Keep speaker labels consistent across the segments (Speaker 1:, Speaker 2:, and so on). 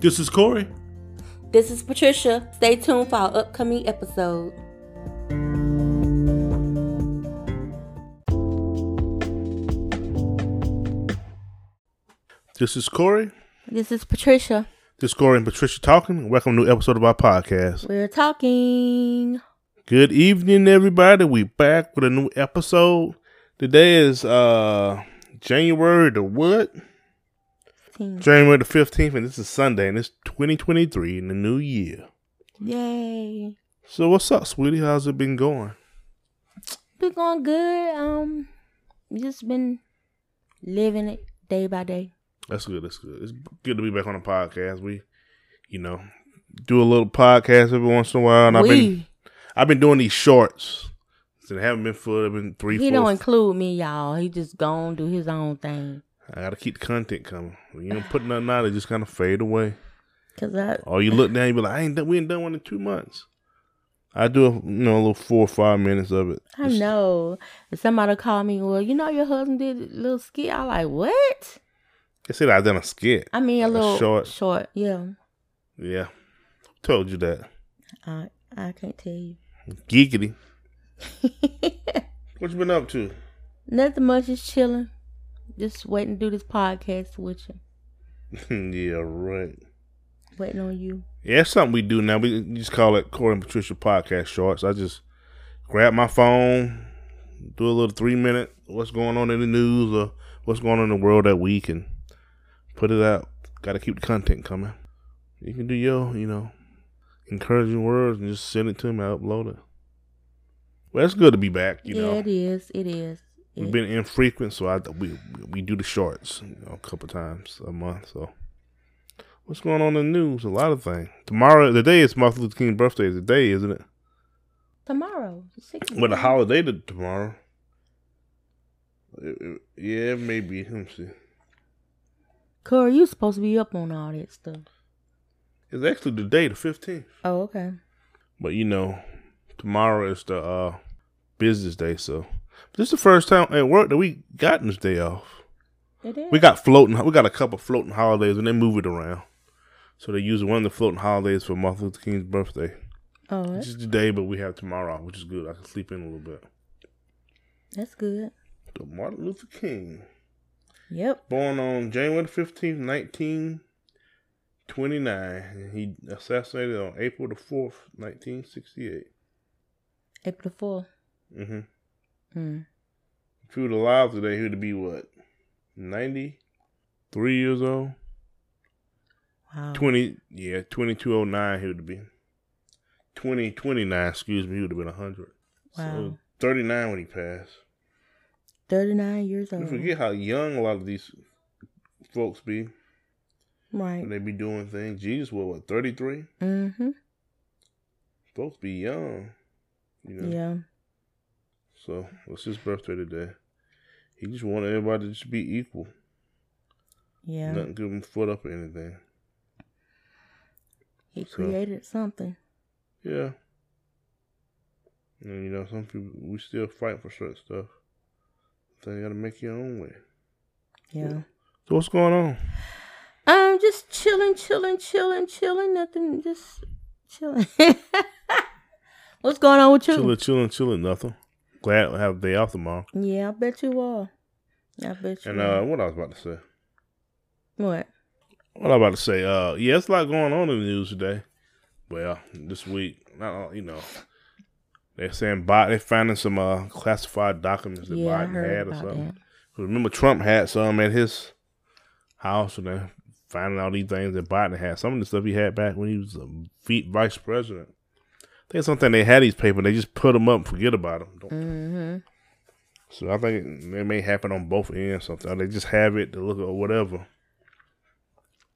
Speaker 1: This is Corey.
Speaker 2: This is Patricia. Stay tuned for our upcoming episode.
Speaker 1: This is Corey.
Speaker 2: This is Patricia.
Speaker 1: This is Corey and Patricia talking. and Welcome to a new episode of our podcast.
Speaker 2: We're talking.
Speaker 1: Good evening, everybody. We back with a new episode. Today is uh January the what? January the fifteenth, and this is Sunday, and it's twenty twenty three in the new year.
Speaker 2: Yay.
Speaker 1: So what's up, sweetie? How's it been going?
Speaker 2: Been going good. Um, just been living it day by day.
Speaker 1: That's good. That's good. It's good to be back on the podcast. We, you know, do a little podcast every once in a while, and I've been
Speaker 2: we.
Speaker 1: I've been doing these shorts. So they haven't been full. I've been three,
Speaker 2: he
Speaker 1: four.
Speaker 2: don't include me, y'all. He just gone do his own thing.
Speaker 1: I gotta keep the content coming. When you don't put nothing out, it just kind of fade away.
Speaker 2: Cause I
Speaker 1: Or you look down, you be like, I ain't done. We ain't done one in two months. I do a you know a little four or five minutes of it.
Speaker 2: I
Speaker 1: It's-
Speaker 2: know. If somebody called me, well, you know your husband did a little skit. I like, what?
Speaker 1: They said I done a skit.
Speaker 2: I mean a
Speaker 1: Like a
Speaker 2: little
Speaker 1: short.
Speaker 2: short. Short. Yeah.
Speaker 1: Yeah, told you that.
Speaker 2: I I can't tell you.
Speaker 1: Giggity. What you been up to?
Speaker 2: Nothing much is chilling. Just waiting to do this podcast with you.
Speaker 1: yeah, right.
Speaker 2: Waiting on you.
Speaker 1: Yeah, it's something we do now. We just call it Corey and Patricia podcast shorts. I just grab my phone, do a little three minute what's going on in the news or what's going on in the world that week, and put it out. Got to keep the content coming. You can do your, you know, encouraging words and just send it to me. I upload it. Well, it's good to be back. You
Speaker 2: yeah,
Speaker 1: know,
Speaker 2: it is. It is.
Speaker 1: we've been infrequent, so I we we do the shorts you know, a couple times a month. So, what's going on in the news? A lot of things. Tomorrow, the day is Martin Luther King's birthday. Today, isn't it?
Speaker 2: tomorrow. the 16th.
Speaker 1: With a holiday to tomorrow. It- it- yeah, maybe. Let me see.
Speaker 2: Corey, you supposed to be up on all that stuff.
Speaker 1: It's actually today, the fifteenth.
Speaker 2: Oh, okay.
Speaker 1: But you know, tomorrow is the uh, business day, so this is the first time at work that we gotten this day off.
Speaker 2: It is.
Speaker 1: We got floating. We got a couple floating holidays, and they move it around. So they use one of the floating holidays for Martin Luther King's birthday,
Speaker 2: Oh,
Speaker 1: which
Speaker 2: that's,
Speaker 1: is today, but we have tomorrow, off, which is good. I can sleep in a little bit.
Speaker 2: that's good.
Speaker 1: So Martin Luther King,
Speaker 2: Yep.
Speaker 1: born on January fifteenth, nineteen twenty-nine, he assassinated on April the fourth, nineteen sixty-eight.
Speaker 2: April 4th.
Speaker 1: Mm-hmm.
Speaker 2: Mm.
Speaker 1: If he was alive today, he would be what, ninety-three years old?
Speaker 2: Wow.
Speaker 1: Twenty, yeah, twenty two oh nine. He would have been twenty twenty nine. Excuse me, he would have been hundred.
Speaker 2: Wow.
Speaker 1: thirty nine when he passed.
Speaker 2: 39 years
Speaker 1: We
Speaker 2: old.
Speaker 1: forget how young a lot of these folks be
Speaker 2: Right.
Speaker 1: when they be doing things. Jesus was what thirty three.
Speaker 2: Mm-hmm.
Speaker 1: Folks be young, you know.
Speaker 2: Yeah.
Speaker 1: So what's his birthday today? He just wanted everybody to just be equal.
Speaker 2: Yeah.
Speaker 1: Nothing give him foot up or anything.
Speaker 2: He
Speaker 1: so-
Speaker 2: created something.
Speaker 1: Yeah. And you know, some people we still fight for certain stuff. Then you gotta make your own way.
Speaker 2: Yeah.
Speaker 1: So what's going on?
Speaker 2: Um, just chilling, chilling, chilling, chilling. Nothing, just chilling. What's going on with you?
Speaker 1: Chilling, chilling, chilling, nothing. Glad to have a day off tomorrow.
Speaker 2: Yeah, I bet you are. I bet you.
Speaker 1: And
Speaker 2: are.
Speaker 1: uh what I was about to say.
Speaker 2: what?
Speaker 1: What I was about to say, uh yeah, it's a lot going on in the news today. Well, this week, not you know. They're saying Biden they're finding some uh classified documents that
Speaker 2: Yeah, I
Speaker 1: Biden had
Speaker 2: heard
Speaker 1: or
Speaker 2: about
Speaker 1: something.
Speaker 2: that.
Speaker 1: Remember Trump had some at his house and then finding out these things that Biden had. Some of the stuff he had back when he was a v- vice president. I think something they had these papers, they just put them up and forget about them.
Speaker 2: Mm-hmm.
Speaker 1: So I think it may happen on both ends. Something or they just have it to look at or whatever.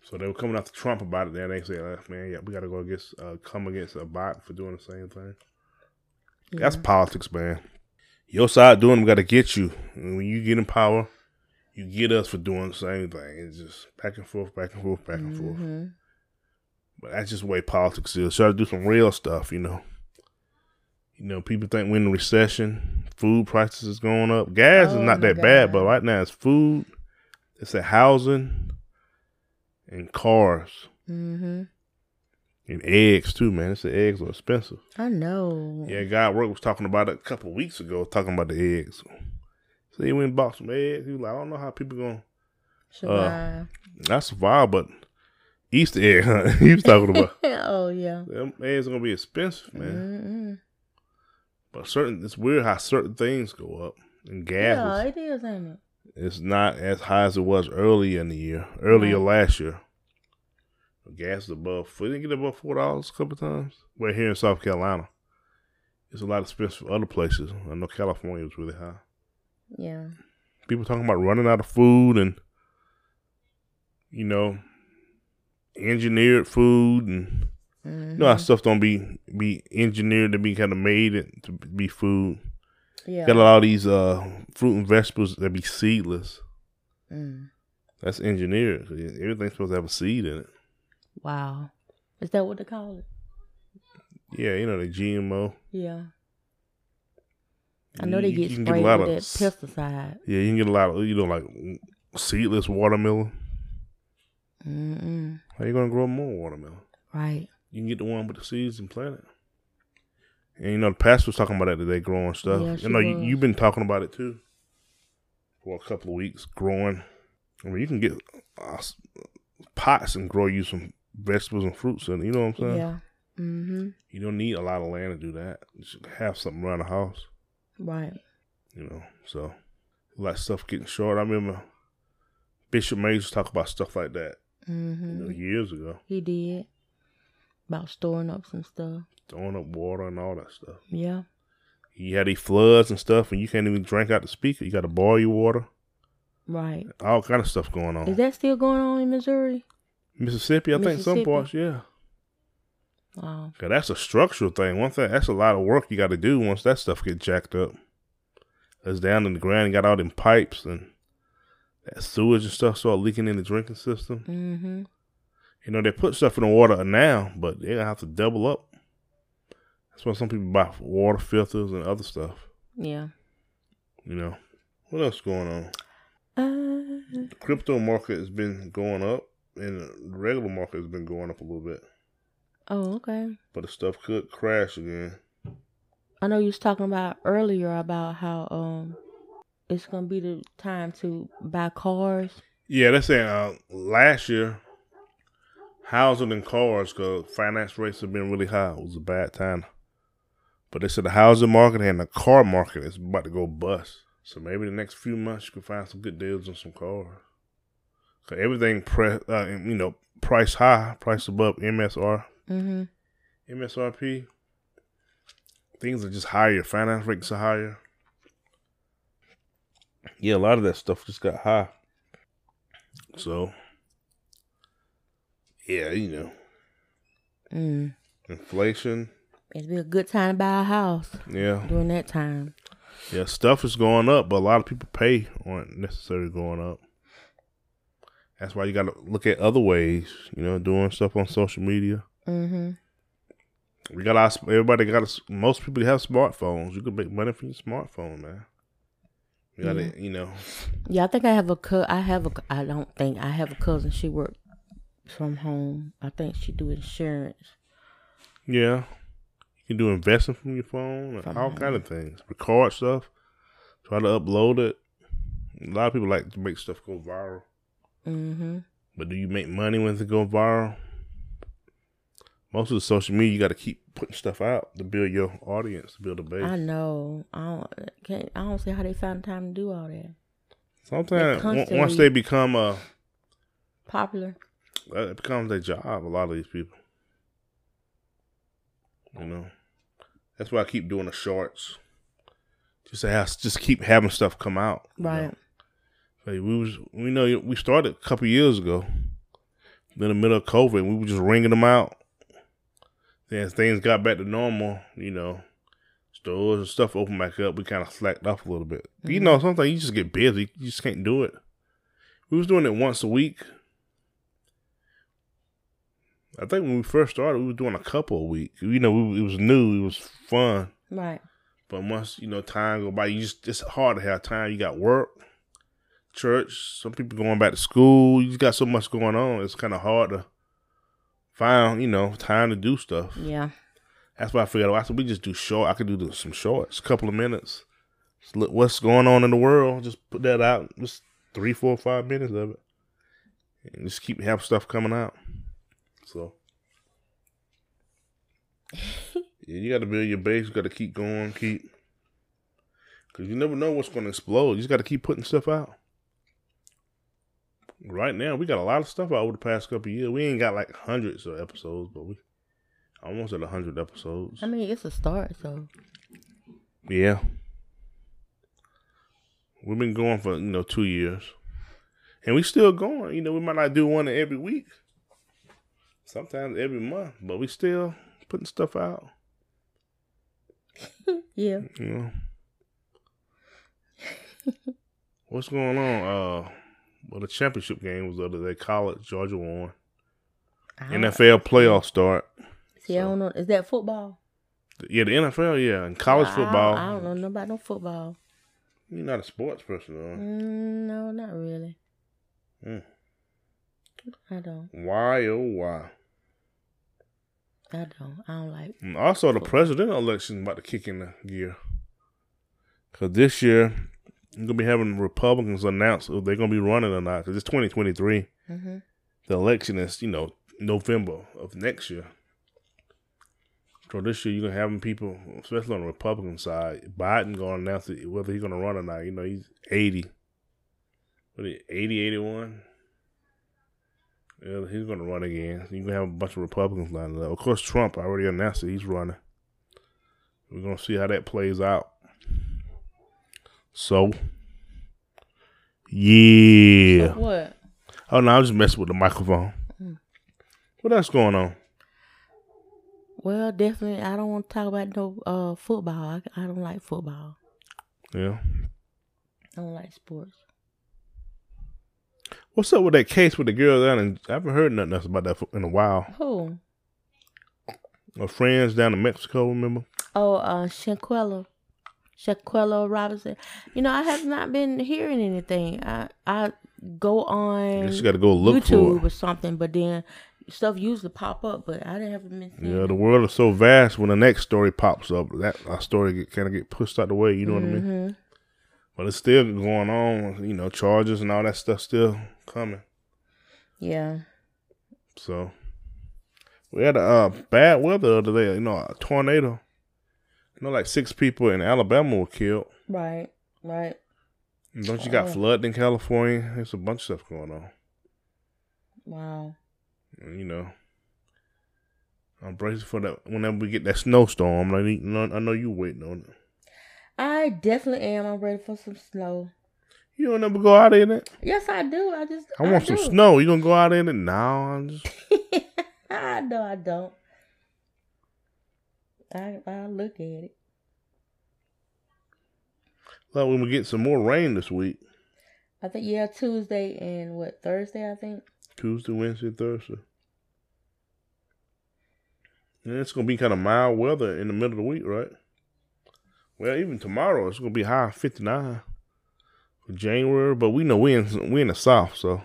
Speaker 1: So they were coming after Trump about it. Then they said, uh, "Man, yeah, we got to go against, uh, come against a bot for doing the same thing." That's politics, man. Your side doing them got to get you. And when you get in power, you get us for doing the same thing. It's just back and forth, back and forth, back and forth.
Speaker 2: hmm
Speaker 1: But that's just the way politics is. Try to do some real stuff, you know. You know, people think we're in a recession. Food prices is going up. Gas
Speaker 2: Oh,
Speaker 1: is not
Speaker 2: my
Speaker 1: that bad,
Speaker 2: God.
Speaker 1: but right now it's food, it's the housing, and cars.
Speaker 2: Mm-hmm.
Speaker 1: And eggs too, man. It's the eggs are expensive.
Speaker 2: I know.
Speaker 1: Yeah, God work was talking about it a couple weeks ago, talking about the eggs. So he went and bought some eggs. He was like, I don't know how people gonna uh,
Speaker 2: Survive.
Speaker 1: not survive, but Easter egg hunt. he was talking about
Speaker 2: oh yeah. Mm-hmm.
Speaker 1: them eggs are gonna be expensive, man.
Speaker 2: Mm-mm.
Speaker 1: But certain it's weird how certain things go up. And gas
Speaker 2: Yeah,
Speaker 1: is,
Speaker 2: it is, ain't it?
Speaker 1: it's not as high as it was earlier in the year, earlier last year. Gas is above we didn't get above four dollars a couple times. But here in South Carolina. It's a lot expensive for other places. I know California was really high.
Speaker 2: Yeah.
Speaker 1: people talking about running out of food and you know engineered food and
Speaker 2: Mm-hmm.
Speaker 1: you know how stuff don't be be engineered to be kind of made it to be food
Speaker 2: yeah.
Speaker 1: got a lot of these uh fruit and vegetables that be seedless
Speaker 2: Mm.
Speaker 1: that's engineered e-, everything's supposed to have a seed in it
Speaker 2: Wow. Is that what they call it?
Speaker 1: yeah you know the gmo
Speaker 2: Yeah. I know they
Speaker 1: You-
Speaker 2: get
Speaker 1: you can
Speaker 2: sprayed
Speaker 1: a lot
Speaker 2: with
Speaker 1: of
Speaker 2: that
Speaker 1: s-
Speaker 2: pesticide.
Speaker 1: yeah you can get a lot of you know like seedless watermelon
Speaker 2: Mm-mm.
Speaker 1: how you gonna grow more watermelon
Speaker 2: Right.
Speaker 1: You can get the one with the seeds and plant it. And you know, the pastor was talking about that today, growing stuff.
Speaker 2: Yeah, she
Speaker 1: you know, you,
Speaker 2: was.
Speaker 1: you've been talking about it too for a couple of weeks, growing. I mean, you can get uh, s- pots and grow you some vegetables and fruits, and you know what I'm saying.
Speaker 2: Yeah. Mm-hmm.
Speaker 1: You don't need a lot of land to do that. You should have something around the house,
Speaker 2: Right.
Speaker 1: you know. So, a lot of stuff getting short. I remember Bishop Majors talk about stuff like that you
Speaker 2: Mm-hmm.
Speaker 1: know, years ago,
Speaker 2: He did. About storing up some stuff.
Speaker 1: throwing up water and all that stuff.
Speaker 2: Yeah.
Speaker 1: You had these floods and stuff, and you can't even drink out the speaker. You got to boil your water.
Speaker 2: Right.
Speaker 1: All kind of stuff going on.
Speaker 2: Is that still going on in Missouri?
Speaker 1: Mississippi, I think some
Speaker 2: Mississippi?
Speaker 1: parts, yeah.
Speaker 2: Wow.
Speaker 1: 'Cause that's a structural thing. One thing that's a lot of work you got to do once that stuff get jacked up. It's down in the ground. You got all them pipes and that sewage and stuff start leaking in the drinking system.
Speaker 2: Mm-hmm.
Speaker 1: You know they put stuff in the water now, but they gonna have to double up. That's why some people buy water filters and other stuff.
Speaker 2: Yeah.
Speaker 1: You know what else going on?
Speaker 2: Uh,
Speaker 1: crypto market has been going up and the regular market has been going up a little bit.
Speaker 2: oh, okay.
Speaker 1: But the stuff could crash again.
Speaker 2: I know you was talking about earlier about how um it's gonna be the time to buy cars.
Speaker 1: Yeah, they're saying uh, last year, housing and cars, because finance rates have been really high. It was a bad time. But they said the housing market and the car market is about to go bust. So maybe the next few months you can find some good deals on some cars. Cause everything, pre- uh, you know, price high, price above MSR,
Speaker 2: Mm-hmm.
Speaker 1: MSRP. Things are just higher. Finance rates are higher. Yeah, a lot of that stuff just got high. So, yeah, you know,
Speaker 2: Mm.
Speaker 1: inflation.
Speaker 2: It'd be a good time to buy a house
Speaker 1: Yeah,
Speaker 2: during that time.
Speaker 1: yeah, stuff is going up, but a lot of people pay aren't necessarily going up. That's why you got to look at other ways. You know, doing stuff on social media.
Speaker 2: Mm-hmm.
Speaker 1: We got our everybody got a s most people have smartphones. You can make money from your smartphone, man. You got to you know
Speaker 2: Yeah, I think I have a co- I have a co- I don't think I have a cousin. She works from home. I think she do insurance.
Speaker 1: yeah. You can do investing from your phone, and all kind of things. Record stuff, try to upload it. A lot of people like to make stuff go viral,
Speaker 2: Mm-hmm.
Speaker 1: but do you make money when it go viral? Most of the social media, you got to keep putting stuff out to build your audience, to build a base.
Speaker 2: I know. I don't can't, I don't see how they found the time to do all that.
Speaker 1: Sometimes on- once
Speaker 2: constantly-
Speaker 1: they become a,
Speaker 2: Popular.
Speaker 1: Well, it becomes their job. A lot of these people, you know, that's why I keep doing the shorts. Just to have, just keep having stuff come out. you know.
Speaker 2: Right.
Speaker 1: Like, we was we know we started a couple years ago, in the middle of COVID. We were just ringing them out. Then as things got back to normal, you know, stores and stuff opened back up. We kind of slacked off a little bit. You know, sometimes you just get busy. You just can't do it. We was doing it once a week. I think when we first started, we were doing a couple a week. You know, we, it was new. It was fun.
Speaker 2: Right.
Speaker 1: But once you know time go by, you just it's hard to have time. You got work, church. Some people going back to school. You just got so much going on. It's kind of hard to found you know time to do stuff.
Speaker 2: Yeah.
Speaker 1: That's why I figured out. I said we just do short. I could do some shorts, couple of minutes. Just look what's going on in the world. Just put that out. Just three, four, five minutes of it, and just keep have stuff coming out. So yeah, you got to build your base. You got to keep going, keep because you never know what's going to explode. You just got to keep putting stuff out. Right now, we got a lot of stuff out over the past couple years. We ain't got like hundreds of episodes, but we almost at hundred episodes.
Speaker 2: I mean, it's a start, so
Speaker 1: Yeah. We've been going for, you know, two years. And we still going. You know, we might not do one every week. Sometimes every month. But we still putting stuff out.
Speaker 2: yeah.
Speaker 1: You know. What's going on? Uh well the championship game was the other day. College, Georgia won.
Speaker 2: I don't-
Speaker 1: NFL playoff start.
Speaker 2: See, I don't know. Is that football?
Speaker 1: Yeah, the NFL, yeah. And college
Speaker 2: I-
Speaker 1: football.
Speaker 2: I don't know nothing about no football.
Speaker 1: You're not a sports person though.
Speaker 2: Mm, no, not really.
Speaker 1: Mm.
Speaker 2: I don't.
Speaker 1: Why oh why?
Speaker 2: I don't. I don't like.
Speaker 1: And also, the presidential election about to kick in gear. Because this year, you're going to be having Republicans announce if they're going to be running or not. Because it's 2023.
Speaker 2: hmm
Speaker 1: The election is, you know, November of next year. So this year, you're going to have people, especially on the Republican side, Biden going to announce it, whether he's going to run or not. You know, he's 80. What is it, 80, 81? Yeah, he's going to run again. You're going to have a bunch of Republicans lined up. Of course, Trump already announced that he's running. We're going to see how that plays out. So, yeah.
Speaker 2: What?
Speaker 1: Oh, no, I was just messing with the microphone.
Speaker 2: Mm.
Speaker 1: What else going on?
Speaker 2: Well, definitely. I don't want to talk about no uh football. I, I don't like football.
Speaker 1: Yeah.
Speaker 2: I don't like sports.
Speaker 1: What's up with that case with the girl down in? I haven't heard nothing else about that for- in a while.
Speaker 2: Who?
Speaker 1: Her friends down in Mexico, remember?
Speaker 2: Oh, uh, Shanquella. Shaquella Robinson. You know, I have not been hearing anything. I I go
Speaker 1: I
Speaker 2: on
Speaker 1: guess you got to go look
Speaker 2: YouTube
Speaker 1: for
Speaker 2: or something, but then stuff usually pop up, but I didn't have been
Speaker 1: it.
Speaker 2: seeing
Speaker 1: Yeah, the world is so vast. When the next story pops up, that our story get, kind of get pushed out the way. You know what I mean?
Speaker 2: Mhm.
Speaker 1: But it's still going on. You know, charges and all that stuff still coming.
Speaker 2: Yeah.
Speaker 1: So we had a uh, bad weather the other day. You know, a tornado. You know, like six people in Alabama were killed.
Speaker 2: Right. Right.
Speaker 1: Don't you got
Speaker 2: Oh.
Speaker 1: flood in California? There's a bunch of stuff going on.
Speaker 2: Wow.
Speaker 1: And, You know, I'm bracing for that. Whenever we get that snowstorm, I need. no- I know you waiting on it.
Speaker 2: I definitely am. I'm ready for some snow.
Speaker 1: You don't ever go out in it.
Speaker 2: Yes, I do. I just
Speaker 1: I want some
Speaker 2: do.
Speaker 1: snow. You gonna go out in it? No, I'm just.
Speaker 2: I know I don't. I I look at it.
Speaker 1: Like when we get some more rain this week,
Speaker 2: I think yeah, Tuesday and what Thursday I think.
Speaker 1: Tuesday, Wednesday, Thursday. And it's gonna be kind of mild weather in the middle of the week, right? Well, even tomorrow it's gonna be high 59 for January, but we know we in we in the south, so.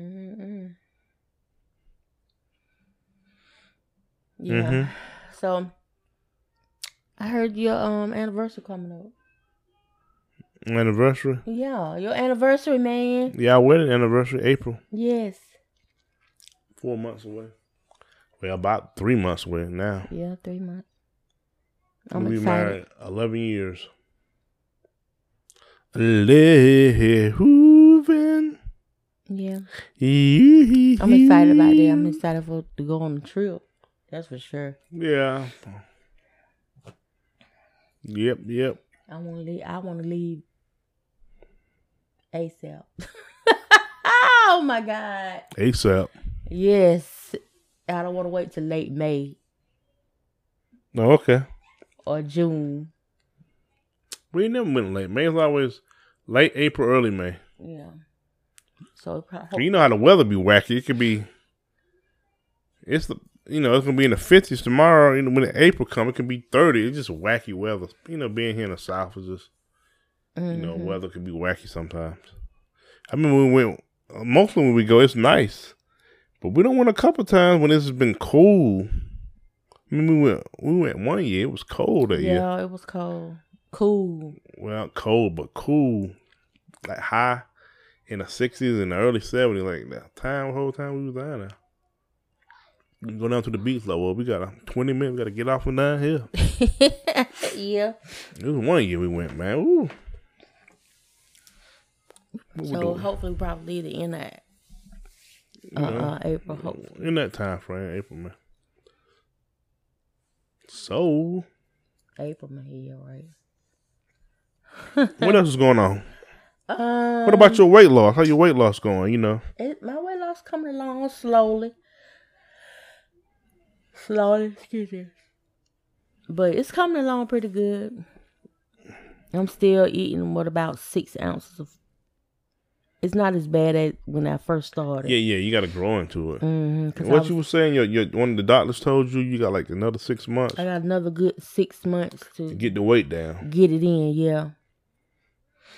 Speaker 2: Mm-mm. Yeah. So I heard your um anniversary coming up.
Speaker 1: Anniversary.
Speaker 2: Yeah, your anniversary, man.
Speaker 1: Yeah, our wedding anniversary, April.
Speaker 2: Yes.
Speaker 1: Four months away. Well, about three months away now.
Speaker 2: Yeah, three months. I'm
Speaker 1: We'll be
Speaker 2: excited.
Speaker 1: married eleven years. Living.
Speaker 2: Yeah, I'm excited about that. I'm excited for to go on the trip. That's for sure.
Speaker 1: Yeah. Yep, yep.
Speaker 2: I want to leave. I want to leave ASAP. oh my god.
Speaker 1: ASAP.
Speaker 2: Yes. I don't want to wait till late May
Speaker 1: Oh, okay.
Speaker 2: or June.
Speaker 1: We ain't never been late. May's always late April, early May.
Speaker 2: Yeah. So
Speaker 1: Well,
Speaker 2: probably
Speaker 1: You know how the weather be wacky. It could be. It's the you know it's gonna be in the fifties tomorrow. You know, when April come, it can be thirty. It's just wacky weather. You know, being here in the south is just you know
Speaker 2: Mm-hmm.
Speaker 1: weather uh, can be wacky sometimes. I mean, when we went mostly when we go, it's nice, But we don't win a couple times when this has been cool. I mean, we went we went one year. It was cold that year.
Speaker 2: Yeah, it was cold. Cool.
Speaker 1: Well, cold but cool, like high in the sixties and the early seventies. Like the time, whole time we was down there. We go down to the beach. Like, well, we got a twenty minutes. We got to get off and down here.
Speaker 2: yeah.
Speaker 1: It was one year we went, man. Ooh. What we
Speaker 2: So
Speaker 1: doing?
Speaker 2: hopefully we probably leave it in that uh, uh April. Hope.
Speaker 1: in that time frame, April man. So,
Speaker 2: April May, yeah, right.
Speaker 1: what else is going on?
Speaker 2: Um,
Speaker 1: What about your weight loss? How your weight loss going? You know,
Speaker 2: It, my weight loss coming along slowly. Slowly, excuse me. But it's coming along pretty good. I'm still eating what about six ounces of. It's not as bad as when I first started.
Speaker 1: yeah, yeah, you got to grow into it.
Speaker 2: hmm
Speaker 1: What you were saying, your, your one of the doctors told you you got like another six months
Speaker 2: I got another good six months
Speaker 1: to
Speaker 2: to
Speaker 1: get the weight down.
Speaker 2: get it in. Yeah,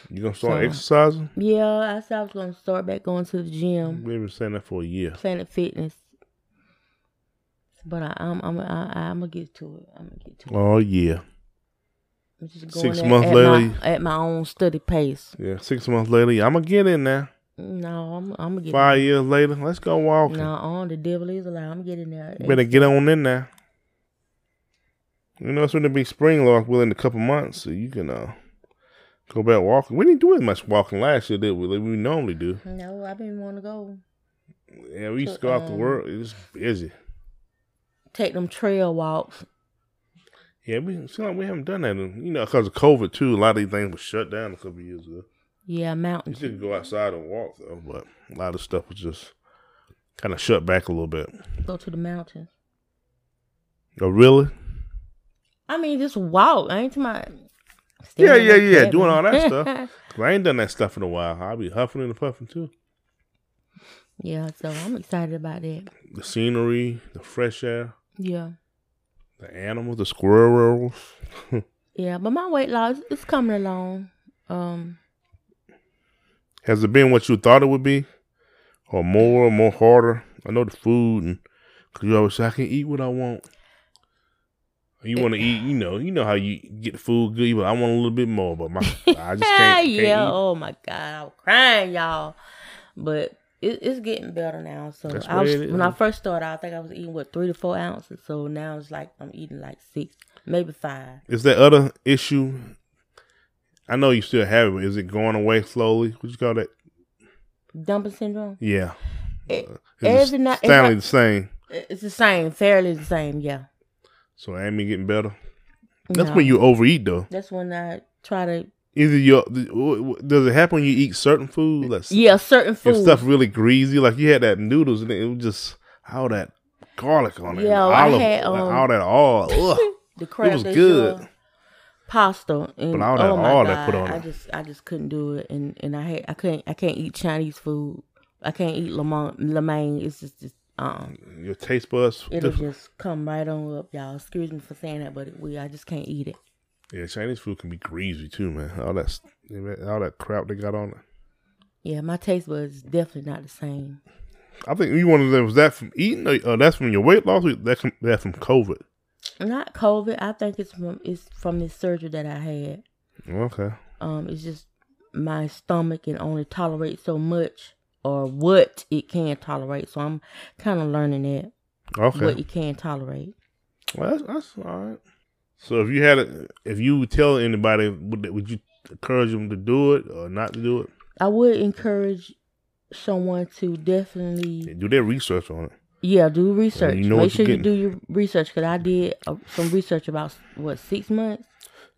Speaker 1: You gonna start
Speaker 2: So-
Speaker 1: exercising?
Speaker 2: yeah. I said I was gonna start back going to the gym,
Speaker 1: We've been saying that for a year.
Speaker 2: Planet Fitness. But I, I'm I'm I, I'm gonna get to it. I'm gonna get to it.
Speaker 1: Oh yeah,
Speaker 2: I'm just
Speaker 1: Six
Speaker 2: going at-
Speaker 1: months
Speaker 2: at
Speaker 1: later,
Speaker 2: my, at my own study pace.
Speaker 1: yeah. Six months later, I'm gonna get in there.
Speaker 2: No, I'm I'm gonna get
Speaker 1: Five years later, let's go walking.
Speaker 2: No, on the devil is alive. I'm getting there.
Speaker 1: Better get on in there. You know it's going to be spring lock within a couple months, so you can uh, go back walking. We didn't do as much walking last year, did we? Like we normally do.
Speaker 2: No, I've been wanting to go
Speaker 1: Yeah, we used to
Speaker 2: So,
Speaker 1: go out to
Speaker 2: um,
Speaker 1: work. It's busy.
Speaker 2: take them trail walks.
Speaker 1: Yeah, we it seem like we haven't done that. in- You know, because of COVID too, a lot of these things were shut down a couple of years ago.
Speaker 2: Yeah,
Speaker 1: You
Speaker 2: mountains.
Speaker 1: still could go outside and walk though, but a lot of stuff was just kind of shut back a little bit.
Speaker 2: Go to the mountains.
Speaker 1: Oh, really?
Speaker 2: I mean, just walk. I ain't to my.
Speaker 1: Yeah, yeah, yeah. Doing all that stuff. 'Cause I ain't done that stuff in a while. I'll be huffing and puffing too.
Speaker 2: yeah, so I'm excited about that.
Speaker 1: the scenery, the fresh air,
Speaker 2: Yeah,
Speaker 1: the animals, the squirrels.
Speaker 2: yeah. But my weight loss is coming along. Um,
Speaker 1: Has it been what you thought it would be, or more, or more harder? I know the food, and cause you always say I can eat what I want. You want to eat, you know, you know how you get the food good, but I want a little bit more. But my, I just can't. can't
Speaker 2: yeah.
Speaker 1: eat.
Speaker 2: Oh my God, I'm crying, y'all. But it, it's getting better now. So
Speaker 1: That's
Speaker 2: I was,
Speaker 1: what it is.
Speaker 2: when I first started, I think I was eating what three to four ounces. So now it's like I'm eating like six, maybe five.
Speaker 1: Is that other issue? I know you still have it, but is it going away slowly? What you call that?
Speaker 2: Dumping syndrome.
Speaker 1: Yeah.
Speaker 2: It-
Speaker 1: Uh, is
Speaker 2: every
Speaker 1: it
Speaker 2: night- it's
Speaker 1: Stanley
Speaker 2: like-
Speaker 1: the same.
Speaker 2: It's the same, fairly the same. Yeah.
Speaker 1: So I ain't getting better. That's
Speaker 2: No.
Speaker 1: when you overeat though.
Speaker 2: That's when I try to.
Speaker 1: either your does it happen when you eat certain food like s-
Speaker 2: Yeah, certain
Speaker 1: if
Speaker 2: food.
Speaker 1: stuff really greasy like you had that noodles and it was just all that garlic on it
Speaker 2: Yeah,
Speaker 1: and
Speaker 2: I
Speaker 1: olive
Speaker 2: had,
Speaker 1: oil, and
Speaker 2: um,
Speaker 1: all that all ugh.
Speaker 2: the crab
Speaker 1: was
Speaker 2: that
Speaker 1: good.
Speaker 2: you- Pasta and
Speaker 1: But all that-
Speaker 2: oh my
Speaker 1: all
Speaker 2: God,
Speaker 1: that put on
Speaker 2: I
Speaker 1: it.
Speaker 2: just I just couldn't do it, and and I had, I couldn't I can't eat Chinese food. I can't eat lemon lemaine. It's just just uh
Speaker 1: your taste buds
Speaker 2: It'll
Speaker 1: different.
Speaker 2: just come right on up, y'all. Excuse me for saying that, but it, we I just can't eat it.
Speaker 1: yeah Chinese food can be greasy too man all that s- all that crap they got on it
Speaker 2: Yeah, my taste buds is definitely not the same.
Speaker 1: I think you wanted that was that from eating or uh, that's from your weight loss or that com- that from COVID
Speaker 2: Not COVID. I think it's from it's from this surgery that I had.
Speaker 1: okay
Speaker 2: Um, it's just my stomach can only tolerate so much, or what it can tolerate. So I'm kind of learning that
Speaker 1: okay
Speaker 2: what it can tolerate.
Speaker 1: Well, that's, that's all right. So if you had, a, if you would tell anybody, would, they- would you encourage them to do it or not to do it?
Speaker 2: I would encourage someone to definitely
Speaker 1: Do their research on it.
Speaker 2: yeah do research.
Speaker 1: you know
Speaker 2: Make
Speaker 1: what
Speaker 2: sure
Speaker 1: you're
Speaker 2: you do your research because I did uh, some research about what six months.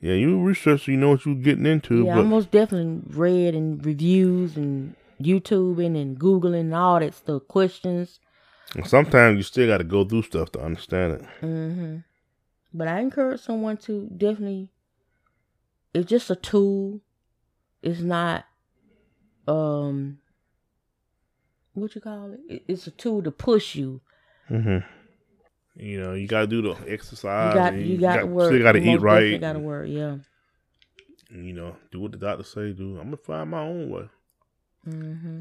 Speaker 1: Yeah, you research, so you know what you're getting into.
Speaker 2: Yeah, I
Speaker 1: but
Speaker 2: most definitely read and reviews and YouTubing and Googling and all that stuff, questions.
Speaker 1: sometimes you still got to go through stuff to understand it.
Speaker 2: hmm But I encourage someone to definitely, it's just a tool. It's not, um, what you call it? It- It's a tool to push you.
Speaker 1: hmm You know, you got to do the
Speaker 2: You
Speaker 1: exercise.
Speaker 2: got,
Speaker 1: and
Speaker 2: you got to work.
Speaker 1: Still got to
Speaker 2: You
Speaker 1: eat
Speaker 2: most definitely
Speaker 1: right.
Speaker 2: Got to work. Yeah.
Speaker 1: and, You know, do what the doctor say. Do. I'm gonna find my own way.
Speaker 2: hmm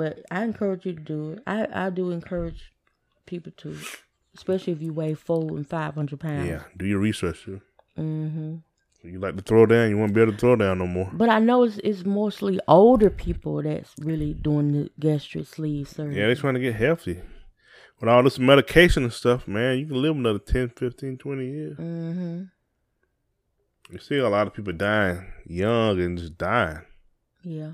Speaker 2: But I encourage you to do it. I, I do encourage people to, especially if you weigh four and five hundred pounds.
Speaker 1: Yeah, do your research. Too.
Speaker 2: hmm
Speaker 1: You like to throw down, you won't be able to throw down no more.
Speaker 2: But I know it's, it's mostly older people that's really doing the gastric sleeve surgery.
Speaker 1: Yeah, they're trying to get healthy. With all this medication and stuff, man, you can live another 10, 15, 20 years.
Speaker 2: hmm
Speaker 1: You see a lot of people dying young and just dying.
Speaker 2: Yeah.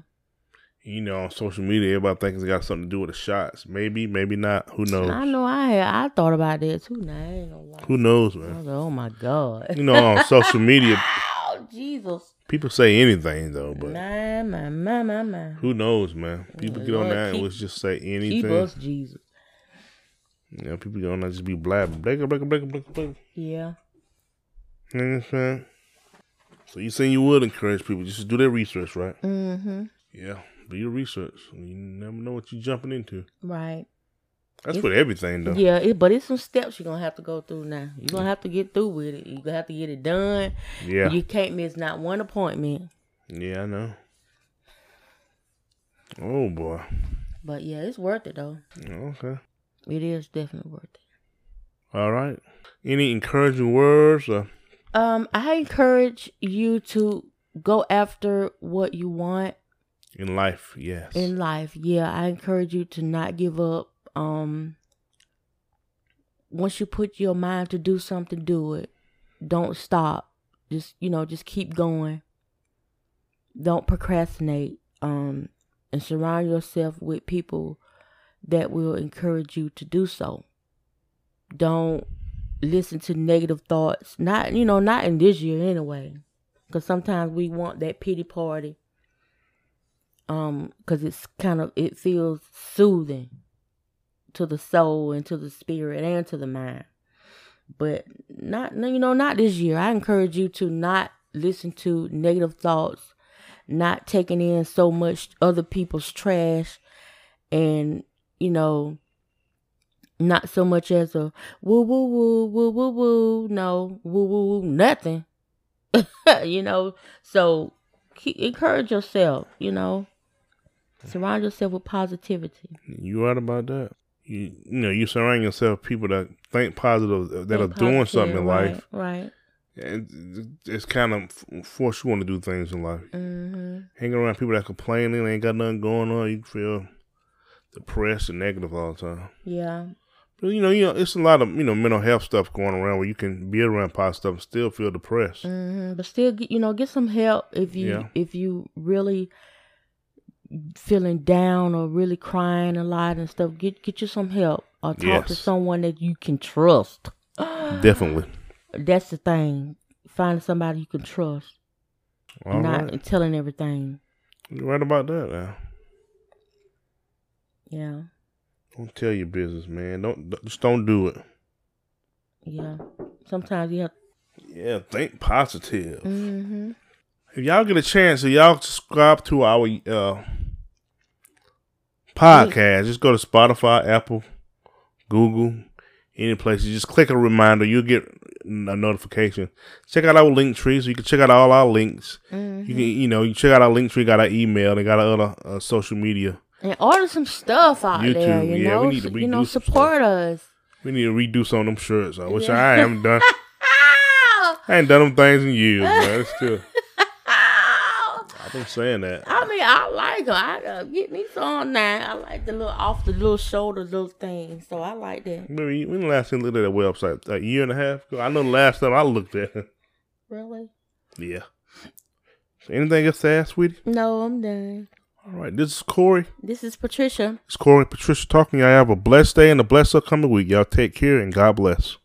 Speaker 1: You know, on social media, everybody thinks it's got something to do with the shots. Maybe, maybe not. Who knows?
Speaker 2: I know. I had, I thought about that too. Now I ain't gonna lie.
Speaker 1: Who knows,
Speaker 2: I
Speaker 1: man?
Speaker 2: was like, oh my god.
Speaker 1: You know, on social media,
Speaker 2: Oh Jesus.
Speaker 1: people say anything though, Oh, but
Speaker 2: My my my my my.
Speaker 1: who knows, man? People get on
Speaker 2: Lord,
Speaker 1: that and
Speaker 2: keep-
Speaker 1: let's just say
Speaker 2: Keep
Speaker 1: anything.
Speaker 2: us Jesus.
Speaker 1: You know, people get on that just be blabbing, blabber, blabber, blabber, blabber, blabber.
Speaker 2: Yeah.
Speaker 1: You know what I'm saying? So you saying you would encourage people just to do their research, right?
Speaker 2: Mm-hmm.
Speaker 1: Yeah, do your research. You never know what you're jumping into.
Speaker 2: Right.
Speaker 1: That's with everything, though.
Speaker 2: Yeah, it, but it's some steps you're gonna have to go through now. You're gonna have to get through with it. You're gonna have to get it done.
Speaker 1: Yeah,
Speaker 2: You can't miss not one appointment.
Speaker 1: yeah, I know. Oh boy.
Speaker 2: But yeah, it's worth it though.
Speaker 1: Okay.
Speaker 2: It is definitely worth it.
Speaker 1: All right. Any encouraging words? uh, Or,
Speaker 2: Um, I encourage you to go after what you want
Speaker 1: in life, yes.
Speaker 2: in life. Yeah, I encourage you to not give up. Um, once you put your mind to do something, do it. Don't stop. Just you know, just keep going. Don't procrastinate. Um, and surround yourself with people that will encourage you to do so. Don't listen to negative thoughts. Not you know, not in this year anyway. Because sometimes we want that pity party um because it's kind of it feels soothing to the soul and to the spirit and to the mind but not no, you know not this year i encourage you to not listen to negative thoughts not taking in so much other people's trash and you know not so much as a woo woo woo woo woo woo no woo woo woo nothing you know so keep, encourage yourself you know Surround yourself with positivity.
Speaker 1: You right about that. You, you know, you surround yourself with people that think positive, uh, that are
Speaker 2: Think
Speaker 1: doing
Speaker 2: positive,
Speaker 1: something in
Speaker 2: right,
Speaker 1: life.
Speaker 2: Right.
Speaker 1: And it's kind of f- force you want to do things in life.
Speaker 2: Mm-hmm.
Speaker 1: Hanging around people that complaining, ain't got nothing going on, you feel depressed and negative all the time.
Speaker 2: Yeah.
Speaker 1: But you know, you know, it's a lot of you know mental health stuff going around where you can be around positive stuff and still feel depressed.
Speaker 2: Mm-hmm. But still, get, you know, get some help if you
Speaker 1: Yeah.
Speaker 2: if you really feeling down or really crying a lot and stuff. Get get you some help or talk to
Speaker 1: Yes.
Speaker 2: someone that you can trust. Mm.
Speaker 1: Definitely.
Speaker 2: That's the thing. Find somebody you can trust.
Speaker 1: All
Speaker 2: not
Speaker 1: right.
Speaker 2: telling everything.
Speaker 1: You're right about that. Now.
Speaker 2: Yeah.
Speaker 1: Don't tell your business, man. Don't don't- just don't do it.
Speaker 2: Yeah. Sometimes you have.
Speaker 1: Yeah, think positive.
Speaker 2: Mm-hmm.
Speaker 1: If y'all get a chance, if y'all subscribe to our uh, podcast, just go to Spotify, Apple, Google, any place. You just click a reminder, you'll get a notification. Check out our link tree, so you can check out all our links. You can, you know, you check out our link tree, got our email, they got our other uh, social media.
Speaker 2: And order some stuff out there.
Speaker 1: YouTube,
Speaker 2: You
Speaker 1: yeah, we
Speaker 2: know,
Speaker 1: need to
Speaker 2: you know,
Speaker 1: redo some
Speaker 2: support us.
Speaker 1: We need to redo some of them shirts, uh, which
Speaker 2: Yeah.
Speaker 1: I am done. I ain't done them things in years, man. It's still, I've been saying that.
Speaker 2: I mean, I like them. I uh, get me some now. I like the little off the little shoulder little thing, so I like that.
Speaker 1: Maybe when the last time you looked at that website? A year and a half ago? I know the last time I looked at it.
Speaker 2: Really?
Speaker 1: Yeah. So anything else to ask, sweetie?
Speaker 2: No, I'm done.
Speaker 1: All right. This is Corey.
Speaker 2: This is Patricia.
Speaker 1: It's Corey and Patricia talking. Y'all have a blessed day and a blessed upcoming week. Y'all take care and God bless.